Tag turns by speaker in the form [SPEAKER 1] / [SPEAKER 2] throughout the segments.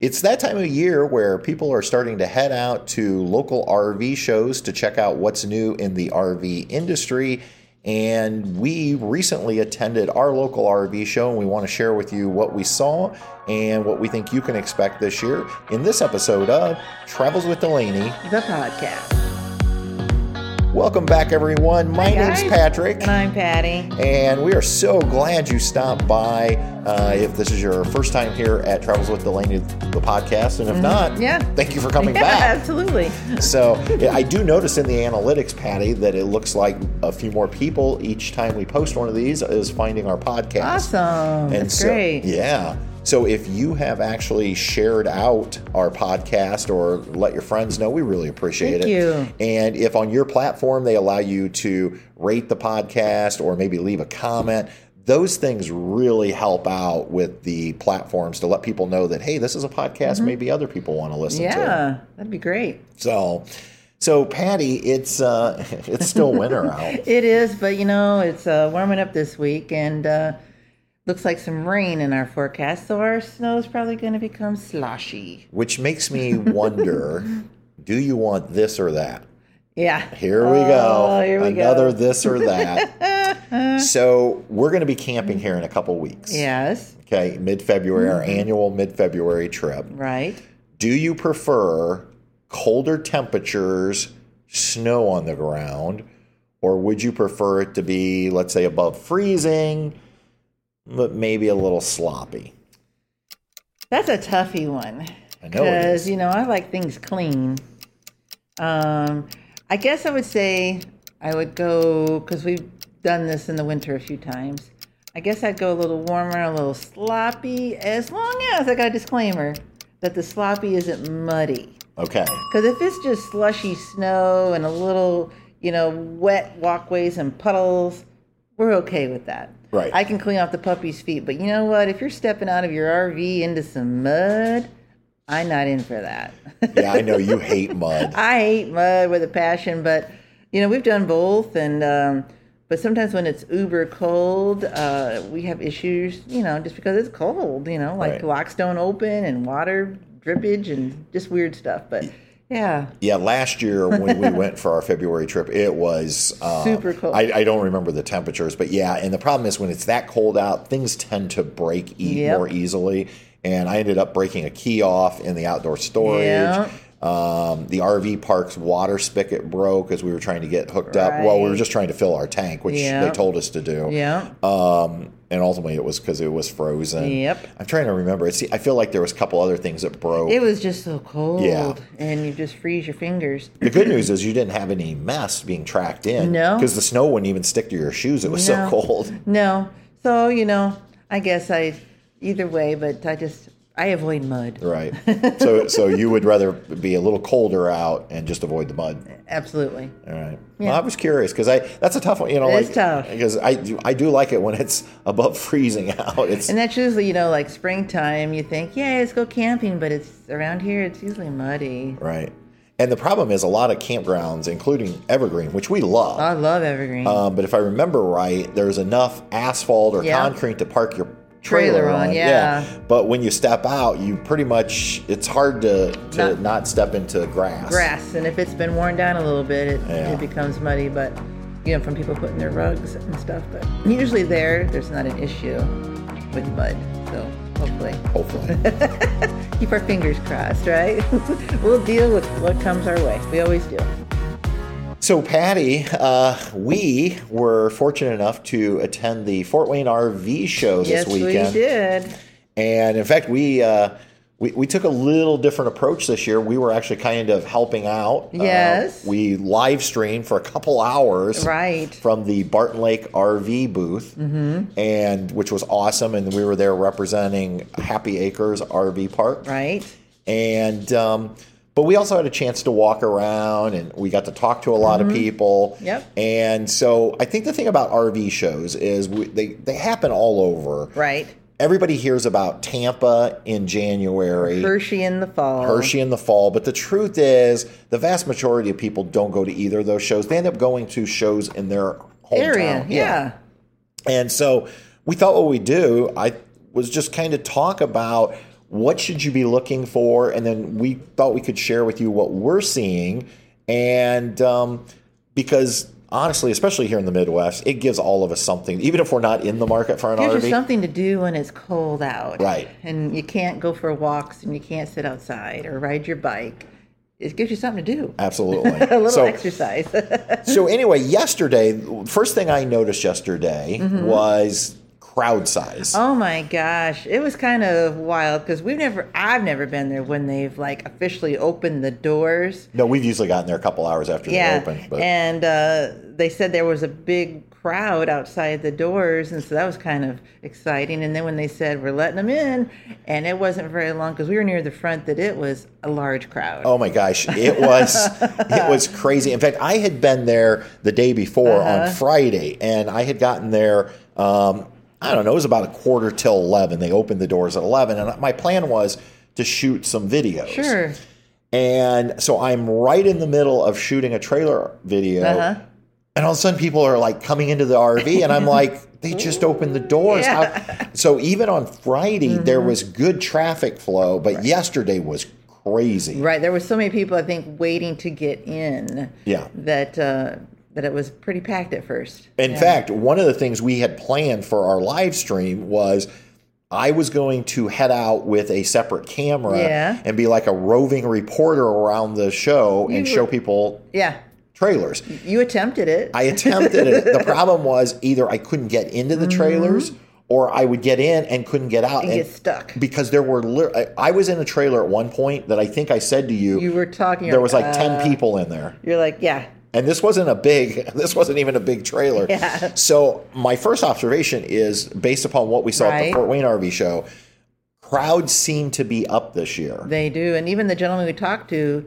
[SPEAKER 1] It's that time of year where people are starting to head out to local RV shows to check out what's new in the RV industry. And we recently attended our local RV show, and we want to share with you what we saw and what we think you can expect this year in this episode of Travels with Delaney.
[SPEAKER 2] the podcast.
[SPEAKER 1] Welcome back, everyone. My
[SPEAKER 2] Hi,
[SPEAKER 1] name's
[SPEAKER 2] guys.
[SPEAKER 1] Patrick.
[SPEAKER 2] And I'm Patty.
[SPEAKER 1] And we are so glad you stopped by. Uh, if this is your first time here at Travels with Delaney, the podcast, and if not,
[SPEAKER 2] Mm-hmm. Yeah.
[SPEAKER 1] thank you for coming
[SPEAKER 2] Yeah,
[SPEAKER 1] back.
[SPEAKER 2] absolutely.
[SPEAKER 1] So yeah, I do notice in the analytics, Patty, that it looks like a few more people each time we post one of these is finding our podcast.
[SPEAKER 2] Awesome.
[SPEAKER 1] And
[SPEAKER 2] That's
[SPEAKER 1] so,
[SPEAKER 2] great.
[SPEAKER 1] Yeah. So if you have actually shared out our podcast or let your friends know, we really appreciate
[SPEAKER 2] Thank
[SPEAKER 1] it.
[SPEAKER 2] you.
[SPEAKER 1] And if on your platform they allow you to rate the podcast or maybe leave a comment, those things really help out with the platforms to let people know that hey, this is a podcast maybe other people want to listen to.
[SPEAKER 2] Mm-hmm. Yeah, that'd be great.
[SPEAKER 1] So so Patty, it's uh it's still winter out.
[SPEAKER 2] It is, but you know, it's uh, warming up this week and uh, looks like some rain in our forecast, so our snow's probably going to become sloshy.
[SPEAKER 1] Which makes me wonder, do you want this or that?
[SPEAKER 2] Yeah.
[SPEAKER 1] Here we go.
[SPEAKER 2] Oh, here we go.
[SPEAKER 1] Another this or that. so we're going to be camping here in a couple weeks.
[SPEAKER 2] Yes.
[SPEAKER 1] Okay, mid February, our
[SPEAKER 2] Mm-hmm.
[SPEAKER 1] annual mid February trip.
[SPEAKER 2] Right.
[SPEAKER 1] Do you prefer colder temperatures, snow on the ground, or would you prefer it to be, let's say, above freezing, but maybe a little sloppy?
[SPEAKER 2] That's a toughy one.
[SPEAKER 1] I know it is.
[SPEAKER 2] you know I like things clean. Um, I guess I would say I would go because we've done this in the winter a few times. I guess I'd go a little warmer, a little sloppy, as long as I got a disclaimer that the sloppy isn't muddy.
[SPEAKER 1] Okay.
[SPEAKER 2] Because if it's just slushy snow and a little, you know, wet walkways and puddles, we're okay with that.
[SPEAKER 1] Right.
[SPEAKER 2] I can clean off the puppy's feet, but you know what? If you're stepping out of your RV into some mud, I'm not in for that.
[SPEAKER 1] Yeah, I know you hate mud.
[SPEAKER 2] I hate mud with a passion, but you know we've done both, and um, but sometimes when it's uber cold, uh, we have issues. You know, just because it's cold, you know, like
[SPEAKER 1] Right.
[SPEAKER 2] locks don't open and water drippage and just weird stuff. But yeah,
[SPEAKER 1] Yeah, last year when we went for our February trip, it was uh,
[SPEAKER 2] Super cold.
[SPEAKER 1] I, I don't remember the temperatures, but yeah. And the problem is when it's that cold out, things tend to break e-
[SPEAKER 2] Yep.
[SPEAKER 1] more easily. And I ended up breaking a key off in the outdoor storage.
[SPEAKER 2] Yep.
[SPEAKER 1] Um, the RV park's water spigot broke as we were trying to get hooked up. Well, we were
[SPEAKER 2] Right.
[SPEAKER 1] just trying to fill our tank, which they
[SPEAKER 2] Yep.
[SPEAKER 1] told us to do.
[SPEAKER 2] yeah.
[SPEAKER 1] Um, and ultimately, it was because it was frozen.
[SPEAKER 2] Yep.
[SPEAKER 1] I'm trying to remember. It's, I feel like there was a couple other things that broke.
[SPEAKER 2] It was just so cold, and you just freeze your fingers.
[SPEAKER 1] The good news is you didn't have any mess being tracked in.
[SPEAKER 2] No.
[SPEAKER 1] Because the snow wouldn't even stick to your shoes. It was so
[SPEAKER 2] No.
[SPEAKER 1] cold.
[SPEAKER 2] No, so you know, I guess I, either way, but I just I avoid mud.
[SPEAKER 1] Right. so so you would rather be a little colder out and just avoid the mud.
[SPEAKER 2] Absolutely.
[SPEAKER 1] All right. Well, I was curious because I that's a tough one. You know,
[SPEAKER 2] It is
[SPEAKER 1] like,
[SPEAKER 2] tough.
[SPEAKER 1] Because I do, I do like it when it's above freezing out. It's
[SPEAKER 2] And that's usually, you know, like springtime, you think, yeah, let's go camping, but it's around here, it's usually muddy.
[SPEAKER 1] right. And the problem is a lot of campgrounds, including Evergreen, which we love.
[SPEAKER 2] I love evergreen.
[SPEAKER 1] Um, but if I remember right, there's enough asphalt or
[SPEAKER 2] Yeah.
[SPEAKER 1] concrete to park your trailer,
[SPEAKER 2] Trailer
[SPEAKER 1] on.
[SPEAKER 2] on, yeah.
[SPEAKER 1] But when you step out, you pretty much it's hard to, to not,
[SPEAKER 2] Not-
[SPEAKER 1] step into grass.
[SPEAKER 2] Grass, and if it's been worn down a little bit, it,
[SPEAKER 1] Yeah.
[SPEAKER 2] it becomes muddy, but, you know, from people putting their rugs and stuff. But usually there, there's not an issue with mud. So hopefully,
[SPEAKER 1] Hopefully.
[SPEAKER 2] keep our fingers crossed, right? we'll deal with what comes our way. We always do.
[SPEAKER 1] so Patty, uh, we were fortunate enough to attend the Fort Wayne RV show this
[SPEAKER 2] yes,
[SPEAKER 1] weekend.
[SPEAKER 2] we did.
[SPEAKER 1] And in fact, we. Uh, we, we took a little different approach this year. We were actually kind of helping out. Uh,
[SPEAKER 2] Yes.
[SPEAKER 1] we live streamed for a couple hours.
[SPEAKER 2] Right.
[SPEAKER 1] from the Barton Lake RV booth, and which was awesome. And we were there representing Happy Acres RV Park,
[SPEAKER 2] Right.
[SPEAKER 1] and um, but we also had a chance to walk around, and we got to talk to a lot of people.
[SPEAKER 2] Mm-hmm. Yep.
[SPEAKER 1] And so I think the thing about RV shows is we, they they happen all over.
[SPEAKER 2] Right.
[SPEAKER 1] Everybody hears about Tampa in January.
[SPEAKER 2] Hershey in the fall.
[SPEAKER 1] Hershey in the fall. But the truth is, the vast majority of people don't go to either of those shows. They end up going to shows in their hometown.
[SPEAKER 2] area. yeah.
[SPEAKER 1] And so we thought what we do, I was just kind of talk about what should you be looking for? And then we thought we could share with you what we're seeing. And um, because honestly, especially here in the Midwest, it gives all of us something, even if we're not in the market for an
[SPEAKER 2] Gives you
[SPEAKER 1] RV.
[SPEAKER 2] something to do when it's cold out.
[SPEAKER 1] Right.
[SPEAKER 2] And you can't go for walks and you can't sit outside or ride your bike. It gives you something to do.
[SPEAKER 1] Absolutely.
[SPEAKER 2] A little
[SPEAKER 1] so,
[SPEAKER 2] exercise.
[SPEAKER 1] so anyway, yesterday, first thing I noticed yesterday was crowd size.
[SPEAKER 2] Mm-hmm. oh my gosh. It was kind of wild because we've never, I've never been there when they've like officially opened the doors.
[SPEAKER 1] No, we've usually gotten there a couple hours after
[SPEAKER 2] Yeah.
[SPEAKER 1] they open. But
[SPEAKER 2] And uh, they said there was a big crowd outside the doors. And so that was kind of exciting. And then when they said, we're letting them in, and it wasn't very long because we were near the front, that it was a large crowd.
[SPEAKER 1] Oh my gosh, it was it was crazy. In fact, I had been there the day before
[SPEAKER 2] Uh-huh.
[SPEAKER 1] on Friday, and I had gotten there. Um, I don't know, it was about a quarter till eleven. They opened the doors at eleven, and my plan was to shoot some videos.
[SPEAKER 2] Sure.
[SPEAKER 1] And so I'm right in the middle of shooting a trailer video,
[SPEAKER 2] Uh-huh.
[SPEAKER 1] and all of a sudden people are like coming into the RV, and I'm like, they just opened the doors. How-" So even on Friday there
[SPEAKER 2] Mm-hmm.
[SPEAKER 1] was good traffic flow, but yesterday was crazy.
[SPEAKER 2] Right. There were so many people, I think, waiting to get in.
[SPEAKER 1] Yeah.
[SPEAKER 2] That uh, that it was pretty packed at first.
[SPEAKER 1] In fact, one of the things we had planned for our live stream was I was going to head out with a separate camera
[SPEAKER 2] Yeah.
[SPEAKER 1] and be like a roving reporter around the show and
[SPEAKER 2] You
[SPEAKER 1] show
[SPEAKER 2] were-
[SPEAKER 1] people
[SPEAKER 2] Yeah.
[SPEAKER 1] trailers.
[SPEAKER 2] You attempted it.
[SPEAKER 1] I attempted it. The problem was either I couldn't get into the trailers or I would get in and couldn't get out
[SPEAKER 2] Mm-hmm. and get stuck.
[SPEAKER 1] because there were lit- I- I was in a trailer at one point that I think I said to you,
[SPEAKER 2] You were talking.
[SPEAKER 1] there was like
[SPEAKER 2] uh,
[SPEAKER 1] 10 people in there.
[SPEAKER 2] You're like, yeah.
[SPEAKER 1] And this wasn't a big, this wasn't even a big trailer.
[SPEAKER 2] Yeah.
[SPEAKER 1] So my first observation is based upon what we saw at the
[SPEAKER 2] Right.
[SPEAKER 1] Fort Wayne RV show, crowds seem to be up this year.
[SPEAKER 2] They do, and even the gentleman we talked to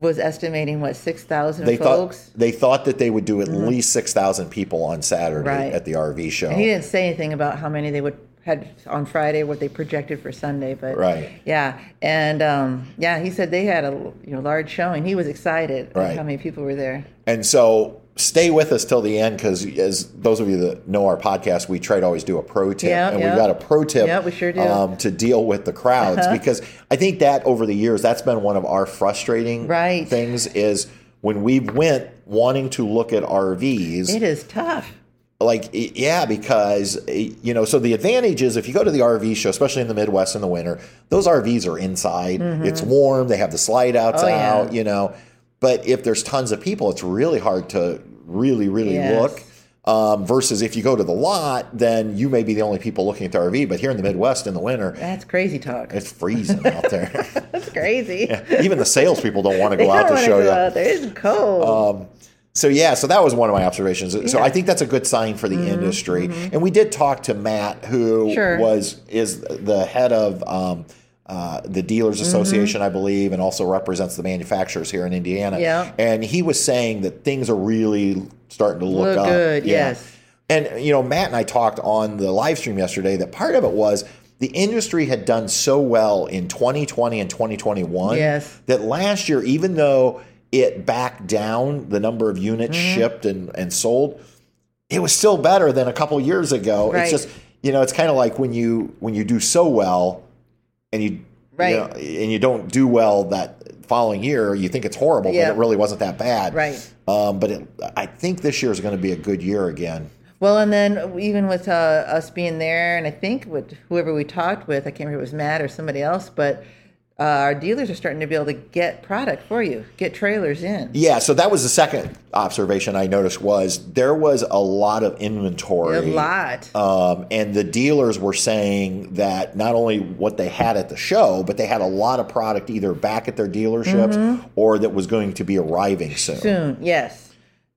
[SPEAKER 2] was estimating what six thousand
[SPEAKER 1] They
[SPEAKER 2] folks. Mm-hmm.
[SPEAKER 1] thought they thought that they would do at least six thousand people on Saturday
[SPEAKER 2] Right.
[SPEAKER 1] at the RV show.
[SPEAKER 2] and he didn't say anything about how many they would had on Friday, what they projected for Sunday, but
[SPEAKER 1] Right.
[SPEAKER 2] yeah, and um, yeah, he said they had a you know large showing. He was excited at
[SPEAKER 1] Right.
[SPEAKER 2] how many people were there.
[SPEAKER 1] And so stay with us till the end because, as those of you that know our podcast, we try to always do a pro tip.
[SPEAKER 2] Yeah,
[SPEAKER 1] and
[SPEAKER 2] yeah.
[SPEAKER 1] we've got a pro tip um,
[SPEAKER 2] Yeah, we sure do. Uh-huh.
[SPEAKER 1] to deal with the crowds because I think that over the years, that's been one of our frustrating
[SPEAKER 2] Right.
[SPEAKER 1] things is when we went wanting to look at RVs
[SPEAKER 2] It is tough.
[SPEAKER 1] like y- yeah because eh, you know so the advantage is if you go to the rv show especially in the midwest in the winter those rvs are inside it's warm they have the slide outs
[SPEAKER 2] Mm-hmm. Oh, yeah.
[SPEAKER 1] out you know but if there's tons of people it's really hard to really really
[SPEAKER 2] Yes.
[SPEAKER 1] look um, versus if you go to the lot then you may be the only people looking at the rv but here in the midwest in the winter
[SPEAKER 2] That's crazy talk.
[SPEAKER 1] it's freezing out there
[SPEAKER 2] That's crazy.
[SPEAKER 1] even the salespeople don't want to
[SPEAKER 2] They
[SPEAKER 1] go out
[SPEAKER 2] don't
[SPEAKER 1] to
[SPEAKER 2] wanna
[SPEAKER 1] show Uh,
[SPEAKER 2] go
[SPEAKER 1] you
[SPEAKER 2] out there. It's cold.
[SPEAKER 1] so yeah, so that was one of my observations. So
[SPEAKER 2] Yeah. Mm-hmm.
[SPEAKER 1] I think that's a good sign for the industry. And we did talk to Matt, who
[SPEAKER 2] Sure.
[SPEAKER 1] was is the head of um, uh, the Dealers
[SPEAKER 2] Mm-hmm.
[SPEAKER 1] Association, I believe, and also represents the manufacturers here in Indiana.
[SPEAKER 2] Yeah.
[SPEAKER 1] And he was saying that things are really starting to look,
[SPEAKER 2] Look
[SPEAKER 1] up.
[SPEAKER 2] good,
[SPEAKER 1] Yeah.
[SPEAKER 2] yes.
[SPEAKER 1] And you know, Matt and I talked on the live stream yesterday that part of it was the industry had done so well in 2020 and 2021
[SPEAKER 2] Yes.
[SPEAKER 1] that last year, even though it backed down the number of units
[SPEAKER 2] Mm-hmm.
[SPEAKER 1] shipped and, and sold, it was still better than a couple years ago.
[SPEAKER 2] Right.
[SPEAKER 1] It's just you know, it's kind of like when you when you do so well and you
[SPEAKER 2] Right.
[SPEAKER 1] you know, and you don't do well that following year, you think it's horrible,
[SPEAKER 2] Yeah.
[SPEAKER 1] but it really wasn't that bad.
[SPEAKER 2] Right.
[SPEAKER 1] Um, but it, I think this year is going to be a good year again.
[SPEAKER 2] well, and then even with uh, us being there, and I think with whoever we talked with, I can't remember if it was Matt or somebody else, but uh, our dealers are starting to be able to get product for you, get trailers in.
[SPEAKER 1] Yeah, so that was the second observation I noticed was there was a lot of inventory.
[SPEAKER 2] A lot.
[SPEAKER 1] Um, and the dealers were saying that not only what they had at the show, but they had a lot of product either back at their dealerships
[SPEAKER 2] Mm-hmm.
[SPEAKER 1] or that was going to be arriving soon.
[SPEAKER 2] Soon, yes.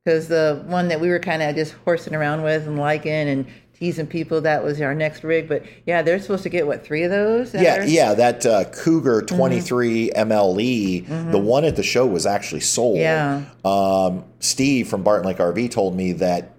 [SPEAKER 2] Because the one that we were kind of just horsing around with and liking and teasing people, that was our next rig. But yeah, they're supposed to get, what, three of those? that
[SPEAKER 1] Yeah,
[SPEAKER 2] are-
[SPEAKER 1] yeah, that uh, Cougar
[SPEAKER 2] Mm-hmm.
[SPEAKER 1] 23 MLE, E, the one at the show was actually sold.
[SPEAKER 2] Yeah.
[SPEAKER 1] Um, Steve from Barton Lake RV told me that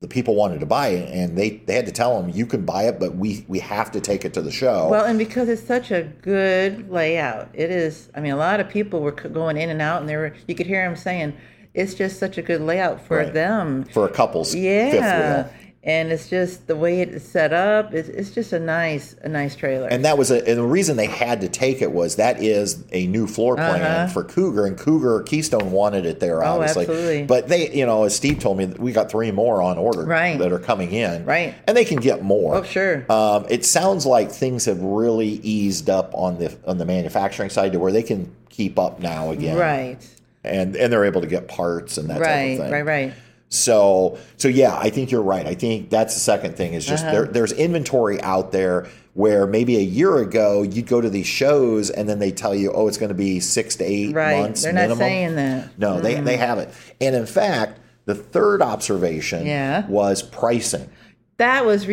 [SPEAKER 1] the people wanted to buy it and they, they had to tell him, you can buy it, but we, we have to take it to the show.
[SPEAKER 2] Well, and because it's such a good layout, it is. I mean, a lot of people were c- going in and out, and they were. You could hear them saying, "It's just such a good layout for
[SPEAKER 1] Right.
[SPEAKER 2] them."
[SPEAKER 1] for a couple's fifth
[SPEAKER 2] Yeah,
[SPEAKER 1] wheel.
[SPEAKER 2] and it's just the way it's set up. It's, it's just a nice a nice trailer.
[SPEAKER 1] And that was a, and the reason they had to take it was that is a new floor
[SPEAKER 2] Uh-huh.
[SPEAKER 1] plan for Cougar, and Cougar Keystone wanted it there, obviously.
[SPEAKER 2] Oh, absolutely.
[SPEAKER 1] But they, you know, as Steve told me, we got three more on order
[SPEAKER 2] Right.
[SPEAKER 1] that are coming in,
[SPEAKER 2] Right.
[SPEAKER 1] And they can get more.
[SPEAKER 2] oh sure,
[SPEAKER 1] Um, it sounds like things have really eased up on the on the manufacturing side to where they can keep up now again,
[SPEAKER 2] right,
[SPEAKER 1] And and they're able to get parts and that
[SPEAKER 2] right,
[SPEAKER 1] type of thing,
[SPEAKER 2] right, right.
[SPEAKER 1] so, so yeah, I think you're right. I think that's the second thing is
[SPEAKER 2] Uh-huh.
[SPEAKER 1] just there, there's inventory out there where maybe a year ago you'd go to these shows and then they tell you, oh, it's going to be six to eight
[SPEAKER 2] Right.
[SPEAKER 1] months
[SPEAKER 2] They're not
[SPEAKER 1] minimum.
[SPEAKER 2] saying that. Mm-hmm.
[SPEAKER 1] No, they they haven't. And in fact, the third observation
[SPEAKER 2] Yeah.
[SPEAKER 1] was pricing.
[SPEAKER 2] That was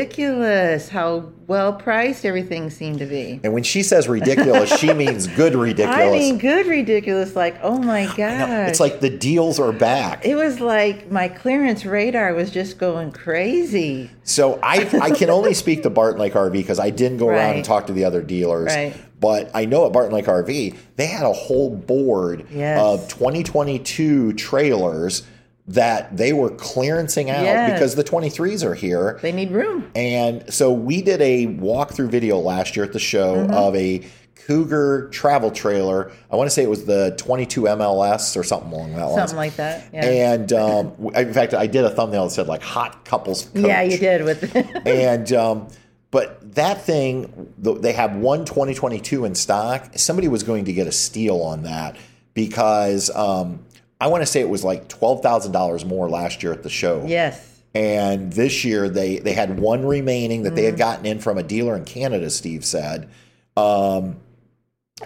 [SPEAKER 2] ridiculous. How well priced everything seemed to be.
[SPEAKER 1] And when she says ridiculous, she means good ridiculous.
[SPEAKER 2] I mean, good ridiculous. Like oh my god,
[SPEAKER 1] it's like the deals are back.
[SPEAKER 2] it was like my clearance radar was just going crazy.
[SPEAKER 1] So I I can only speak to Barton Lake RV because I didn't go around and
[SPEAKER 2] Right.
[SPEAKER 1] talk to the other dealers.
[SPEAKER 2] Right.
[SPEAKER 1] But I know at Barton Lake RV they had a whole board
[SPEAKER 2] Yes.
[SPEAKER 1] of 2022 trailers that they were clearancing out
[SPEAKER 2] Yes.
[SPEAKER 1] because the 23s are here.
[SPEAKER 2] They need room.
[SPEAKER 1] And so we did a walkthrough video last year at the show
[SPEAKER 2] Mm-hmm.
[SPEAKER 1] of a Cougar travel trailer. I want to say it was the 22 MLS or something along that line.
[SPEAKER 2] Something like that. Yeah.
[SPEAKER 1] And um, w- in fact, I did a thumbnail that said like "hot couples." Coach
[SPEAKER 2] Yeah, you did with
[SPEAKER 1] and um, but that thing th- they have one 2022 in stock somebody was going to get a steal on that because um, i want to say it was like $12000 more last year at the show
[SPEAKER 2] yes.
[SPEAKER 1] and this year they they had one remaining that they
[SPEAKER 2] Mm-hmm.
[SPEAKER 1] had gotten in from a dealer in canada steve said um,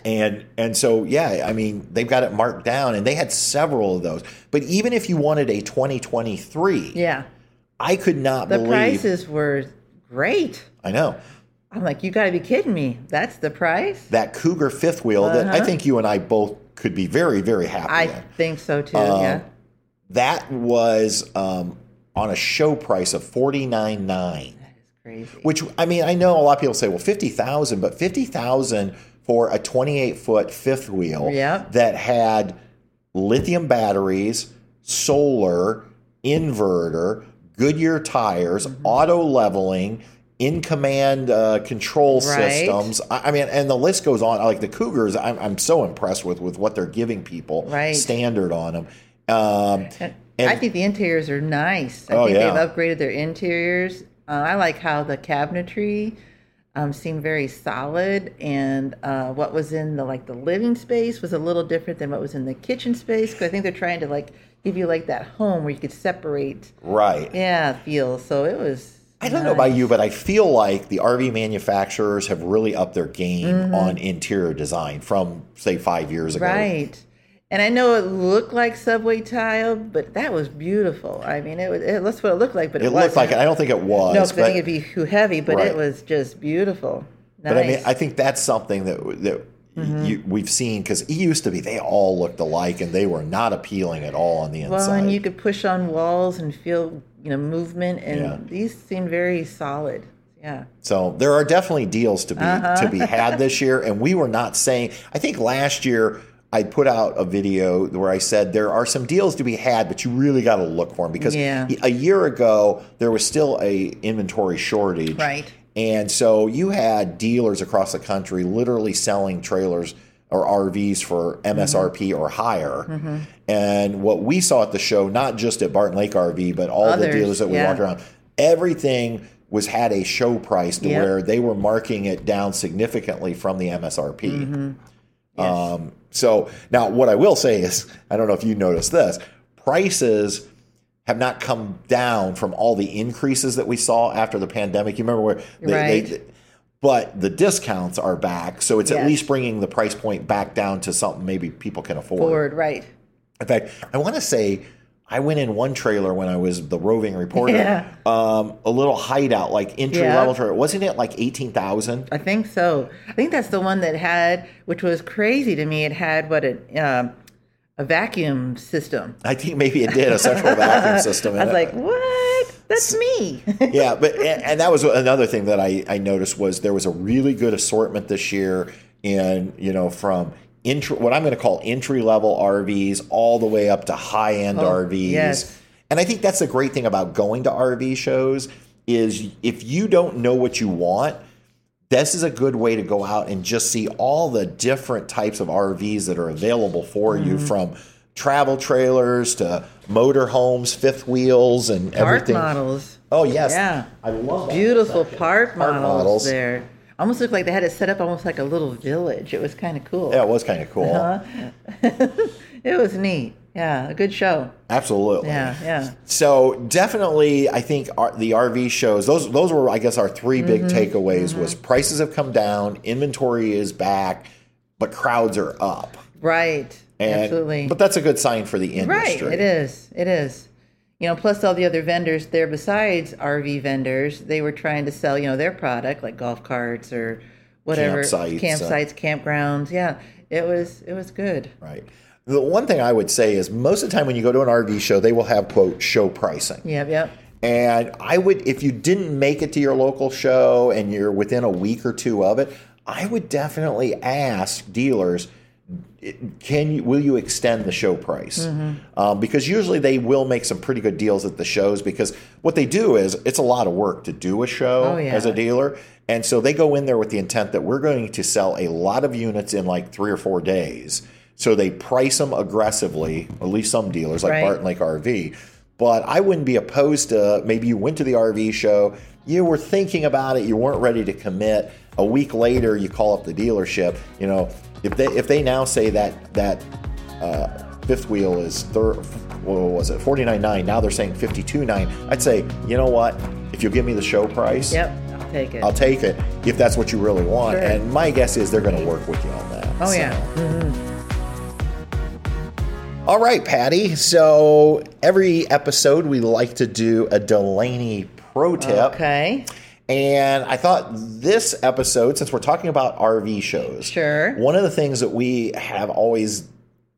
[SPEAKER 1] and and so yeah i mean they've got it marked down and they had several of those but even if you wanted a 2023
[SPEAKER 2] Yeah.
[SPEAKER 1] i could not
[SPEAKER 2] The
[SPEAKER 1] believe
[SPEAKER 2] prices were great.
[SPEAKER 1] i know
[SPEAKER 2] I'm like, you got to be kidding me. That's the price?
[SPEAKER 1] that Cougar fifth wheel that I think you and I both could be very, very happy
[SPEAKER 2] Uh-huh. I
[SPEAKER 1] with.
[SPEAKER 2] think so too.
[SPEAKER 1] Uh,
[SPEAKER 2] yeah.
[SPEAKER 1] That was um, on a show price of forty nine nine,
[SPEAKER 2] It's crazy.
[SPEAKER 1] which I mean, I know a lot of people say, well, fifty thousand, but fifty thousand for a twenty eight foot fifth wheel
[SPEAKER 2] Yep.
[SPEAKER 1] that had lithium batteries, solar, inverter, Goodyear tires,
[SPEAKER 2] Mm-hmm.
[SPEAKER 1] auto leveling. In command uh, control
[SPEAKER 2] Right.
[SPEAKER 1] systems, I, I mean, and the list goes on. Like the Cougars, I'm, I'm so impressed with with what they're giving people
[SPEAKER 2] Right.
[SPEAKER 1] standard on them. Um,
[SPEAKER 2] And
[SPEAKER 1] and-
[SPEAKER 2] I think the interiors are nice. I
[SPEAKER 1] Oh,
[SPEAKER 2] think
[SPEAKER 1] yeah.
[SPEAKER 2] they've upgraded their interiors. Uh, I like how the cabinetry um, seemed very solid, and uh, what was in the like the living space was a little different than what was in the kitchen space. Because I think they're trying to like give you like that home where you could separate,
[SPEAKER 1] right.
[SPEAKER 2] yeah, feel. So it was.
[SPEAKER 1] I don't know about you, but I feel like the RV manufacturers have really upped their game
[SPEAKER 2] Mm-hmm.
[SPEAKER 1] on interior design from say five years ago.
[SPEAKER 2] Right. And I know it looked like subway tile, but that was beautiful. I mean, it was. It, that's what it looked like, but it,
[SPEAKER 1] It looked like
[SPEAKER 2] wasn't.
[SPEAKER 1] it. I don't think it was.
[SPEAKER 2] No, because I
[SPEAKER 1] but-
[SPEAKER 2] think it'd be too heavy, but
[SPEAKER 1] Right.
[SPEAKER 2] it was just beautiful. Nice. Mm-hmm.
[SPEAKER 1] But I mean, I think that's something that that you, we've seen because it used to be they all looked alike and they were not appealing at all on the inside.
[SPEAKER 2] well, and you could push on walls and feel you know movement, and
[SPEAKER 1] Yeah.
[SPEAKER 2] these seem very solid. Yeah,
[SPEAKER 1] So there are definitely deals to be to be had this year, and we were not saying. I think last year I put out a video where I said there are some deals to be had, but you really got to look for them because
[SPEAKER 2] Yeah.
[SPEAKER 1] a year ago there was still a inventory shortage,
[SPEAKER 2] Right.
[SPEAKER 1] And so you had dealers across the country literally selling trailers or RVs for MSRP
[SPEAKER 2] Mm-hmm.
[SPEAKER 1] or higher. And what we saw at the show, not just at Barton Lake RV, but all the
[SPEAKER 2] Others,
[SPEAKER 1] dealers that we
[SPEAKER 2] yeah.
[SPEAKER 1] walked around, everything was had a show price to
[SPEAKER 2] Yep.
[SPEAKER 1] where they were marking it down significantly from the MSRP.
[SPEAKER 2] Mm-hmm. Yes.
[SPEAKER 1] Um, so now, what I will say is, I don't know if you noticed this, prices have not come down from all the increases that we saw after the pandemic. You remember where they,
[SPEAKER 2] Right.
[SPEAKER 1] they but the discounts are back, so it's at
[SPEAKER 2] Yes.
[SPEAKER 1] least bringing the price point back down to something maybe people can afford.
[SPEAKER 2] forward, right?
[SPEAKER 1] In fact, I want to say I went in one trailer when I was the roving reporter,
[SPEAKER 2] Yeah.
[SPEAKER 1] um, a little hideout, like entry
[SPEAKER 2] Yeah.
[SPEAKER 1] level trailer. Wasn't it like eighteen thousand?
[SPEAKER 2] I think so. I think that's the one that had, which was crazy to me. It had what a um, a vacuum system.
[SPEAKER 1] I think maybe it did a central vacuum system. in
[SPEAKER 2] I was
[SPEAKER 1] it.
[SPEAKER 2] like, what? That's me.
[SPEAKER 1] yeah, but and, and that was another thing that I, I noticed was there was a really good assortment this year in you know from entry what I'm going to call entry level RVs all the way up to high end RVs.
[SPEAKER 2] Oh, yes.
[SPEAKER 1] And I think that's the great thing about going to RV shows is if you don't know what you want, this is a good way to go out and just see all the different types of RVs that are available for you
[SPEAKER 2] Mm-hmm.
[SPEAKER 1] from travel trailers to motorhomes, fifth wheels, and
[SPEAKER 2] Park
[SPEAKER 1] everything.
[SPEAKER 2] models.
[SPEAKER 1] Oh yes,
[SPEAKER 2] Yeah.
[SPEAKER 1] I love that
[SPEAKER 2] Beautiful
[SPEAKER 1] section.
[SPEAKER 2] park models,
[SPEAKER 1] models.
[SPEAKER 2] there. Almost looked like they had it set up almost like a little village. It was kind of cool.
[SPEAKER 1] Yeah, it was kind of cool.
[SPEAKER 2] Uh-huh. It was neat. Yeah, a good show.
[SPEAKER 1] Absolutely.
[SPEAKER 2] Yeah, yeah.
[SPEAKER 1] So definitely, I think our, the RV shows those those were I guess our 3 big
[SPEAKER 2] Mm-hmm.
[SPEAKER 1] takeaways was prices have come down, inventory is back, but crowds are up.
[SPEAKER 2] Right.
[SPEAKER 1] And-
[SPEAKER 2] Absolutely.
[SPEAKER 1] But that's a good sign for the
[SPEAKER 2] Right,
[SPEAKER 1] industry.
[SPEAKER 2] it is. It is. You know, plus all the other vendors there besides RV vendors, they were trying to sell, you know, their product like golf carts or whatever
[SPEAKER 1] Campsites, uh,
[SPEAKER 2] campsites, campgrounds. Yeah. It was it was good.
[SPEAKER 1] Right. The one thing I would say is most of the time when you go to an RV show, they will have quote show pricing.
[SPEAKER 2] Yep, yep.
[SPEAKER 1] And I would, if you didn't make it to your local show and you're within a week or two of it, I would definitely ask dealers, can you, will you extend the show price?
[SPEAKER 2] Mm-hmm.
[SPEAKER 1] Um, because usually they will make some pretty good deals at the shows because what they do is it's a lot of work to do a show
[SPEAKER 2] Oh, yeah.
[SPEAKER 1] as a dealer. And so they go in there with the intent that we're going to sell a lot of units in like three or four days. So they price them aggressively, at least some dealers like
[SPEAKER 2] Right.
[SPEAKER 1] Barton Lake RV. But I wouldn't be opposed to maybe you went to the RV show, you were thinking about it, you weren't ready to commit. A week later, you call up the dealership. You know, if they if they now say that that uh, fifth wheel is thir- what was it forty nine nine, now they're saying fifty two nine. I'd say you know what, if you give me the show price,
[SPEAKER 2] Yep. I'll take it.
[SPEAKER 1] I'll take it if that's what you really want.
[SPEAKER 2] Sure.
[SPEAKER 1] And my guess is they're going to work with you on that.
[SPEAKER 2] oh
[SPEAKER 1] so.
[SPEAKER 2] yeah.
[SPEAKER 1] All right, Patty. So every episode we like to do a Delaney pro tip.
[SPEAKER 2] Okay.
[SPEAKER 1] And I thought this episode, since we're talking about RV shows,
[SPEAKER 2] Sure.
[SPEAKER 1] one of the things that we have always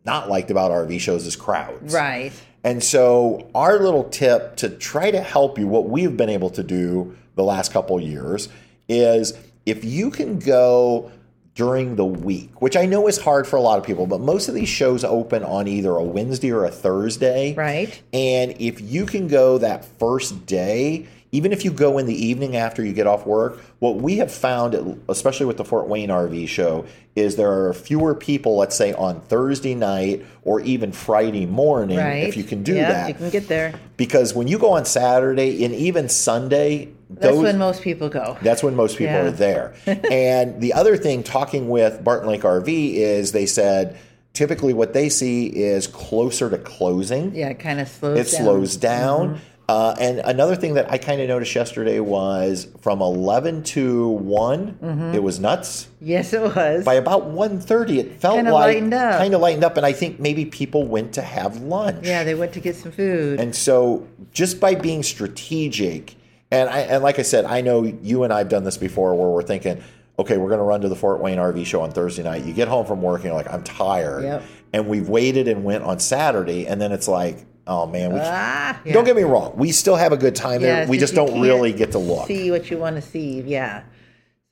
[SPEAKER 1] not liked about RV shows is crowds.
[SPEAKER 2] Right.
[SPEAKER 1] And so, our little tip to try to help you, what we've been able to do the last couple years is if you can go during the week, which I know is hard for a lot of people, but most of these shows open on either a Wednesday or a Thursday.
[SPEAKER 2] Right.
[SPEAKER 1] And if you can go that first day, even if you go in the evening after you get off work, what we have found, especially with the Fort Wayne RV show, is there are fewer people, let's say on Thursday night or even Friday morning,
[SPEAKER 2] Right.
[SPEAKER 1] if you can do
[SPEAKER 2] Yep,
[SPEAKER 1] that.
[SPEAKER 2] You can get there.
[SPEAKER 1] Because when you go on Saturday and even Sunday,
[SPEAKER 2] That's
[SPEAKER 1] those,
[SPEAKER 2] when most people go.
[SPEAKER 1] that's when most people
[SPEAKER 2] Yeah.
[SPEAKER 1] are there. and the other thing, talking with Barton Lake RV, is they said typically what they see is closer to closing
[SPEAKER 2] Yeah, it kind of slows
[SPEAKER 1] it
[SPEAKER 2] down. Mm-hmm.
[SPEAKER 1] slows down. Uh, and another thing that I kind of noticed yesterday was from 11 to one
[SPEAKER 2] Mm-hmm.
[SPEAKER 1] it was nuts.
[SPEAKER 2] Yes, it was.
[SPEAKER 1] By about 1.30, it felt
[SPEAKER 2] Kinda
[SPEAKER 1] like
[SPEAKER 2] lightened up.
[SPEAKER 1] kind of lightened up, and I think maybe people went to have lunch.
[SPEAKER 2] yeah, they went to get some food.
[SPEAKER 1] And so just by being strategic, and I and like I said, I know you and I've done this before where we're thinking, okay, we're gonna run to the Fort Wayne RV show on Thursday night. You get home from work and you're like, I'm tired.
[SPEAKER 2] Yep.
[SPEAKER 1] And we waited and went on Saturday, and then it's like, oh man, we
[SPEAKER 2] ah, yeah.
[SPEAKER 1] don't get me wrong. We still have a good time
[SPEAKER 2] Yeah,
[SPEAKER 1] there.
[SPEAKER 2] it's
[SPEAKER 1] We just
[SPEAKER 2] you
[SPEAKER 1] don't
[SPEAKER 2] can't
[SPEAKER 1] really get to look.
[SPEAKER 2] See what you want to see. Yeah.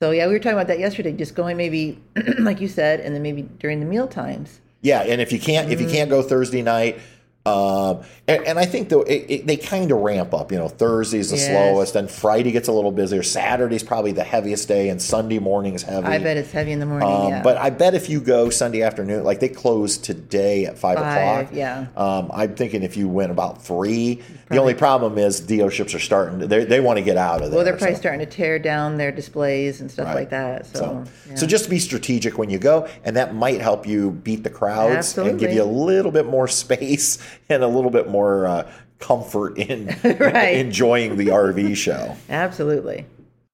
[SPEAKER 2] So yeah, we were talking about that yesterday. Just going maybe, like you said, and then maybe during the meal times.
[SPEAKER 1] Yeah, and if you can't if you can't go Thursday night, um, and, and I think though it, it, they kind of ramp up. You know, Thursday's the
[SPEAKER 2] Yes.
[SPEAKER 1] slowest, then Friday gets a little busier. Saturday's probably the heaviest day, and Sunday morning's heavy.
[SPEAKER 2] I bet it's heavy in the morning.
[SPEAKER 1] Um,
[SPEAKER 2] yeah.
[SPEAKER 1] But I bet if you go Sunday afternoon, like they close today at five,
[SPEAKER 2] Five,
[SPEAKER 1] o'clock.
[SPEAKER 2] yeah.
[SPEAKER 1] Um, I'm thinking if you went about three, the only problem is dealerships are starting. to- They they want to get out of there.
[SPEAKER 2] well, they're
[SPEAKER 1] so-
[SPEAKER 2] probably starting to tear down their displays and stuff
[SPEAKER 1] Right.
[SPEAKER 2] like that. So,
[SPEAKER 1] So,
[SPEAKER 2] yeah.
[SPEAKER 1] so just be strategic when you go, and that might help you beat the crowds and give
[SPEAKER 2] Absolutely.
[SPEAKER 1] you a little bit more space and a little bit more uh, comfort in
[SPEAKER 2] Right.
[SPEAKER 1] enjoying the RV show.
[SPEAKER 2] absolutely.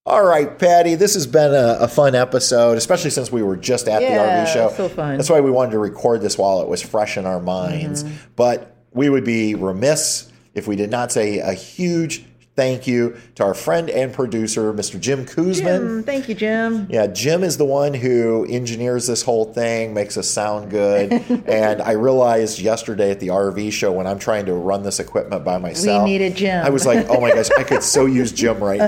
[SPEAKER 1] All right, Patty, this has been a, a fun episode, especially since we were just at
[SPEAKER 2] Yeah,
[SPEAKER 1] the RV show.
[SPEAKER 2] so fun. Mm-hmm.
[SPEAKER 1] That's why we wanted to record this while it was fresh in our minds. But we would be remiss if we did not say a huge thank you to our friend and producer, Mr. Jim Kuzman.
[SPEAKER 2] Jim, Mm, thank you, Jim.
[SPEAKER 1] Yeah, Jim is the one who engineers this whole thing, makes us sound good. and I realized yesterday at the RV show when I'm trying to run this equipment by myself,
[SPEAKER 2] needed Jim.
[SPEAKER 1] I was like, oh my gosh, I could so use Jim right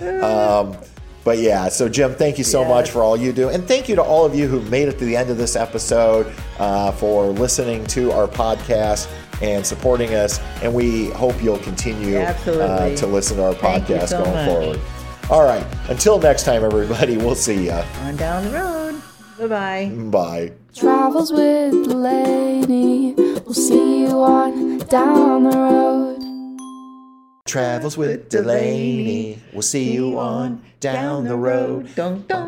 [SPEAKER 1] now. Um, but yeah, so Jim, thank you so much
[SPEAKER 2] Yes.
[SPEAKER 1] for all you do. And thank you to all of you who made it to the end of this episode uh, for listening to our podcast. and supporting us. And we hope you'll continue uh,
[SPEAKER 2] Absolutely.
[SPEAKER 1] to listen to our
[SPEAKER 2] Thank you
[SPEAKER 1] podcast
[SPEAKER 2] so
[SPEAKER 1] going
[SPEAKER 2] much.
[SPEAKER 1] forward. All right. Until next time, everybody, we'll see ya.
[SPEAKER 2] On down the road. Bye bye.
[SPEAKER 1] Bye.
[SPEAKER 3] Travels with the lady. We'll see you on down the road.
[SPEAKER 1] Travels with Delaney. We'll see you on down the road.
[SPEAKER 2] Dun, dun,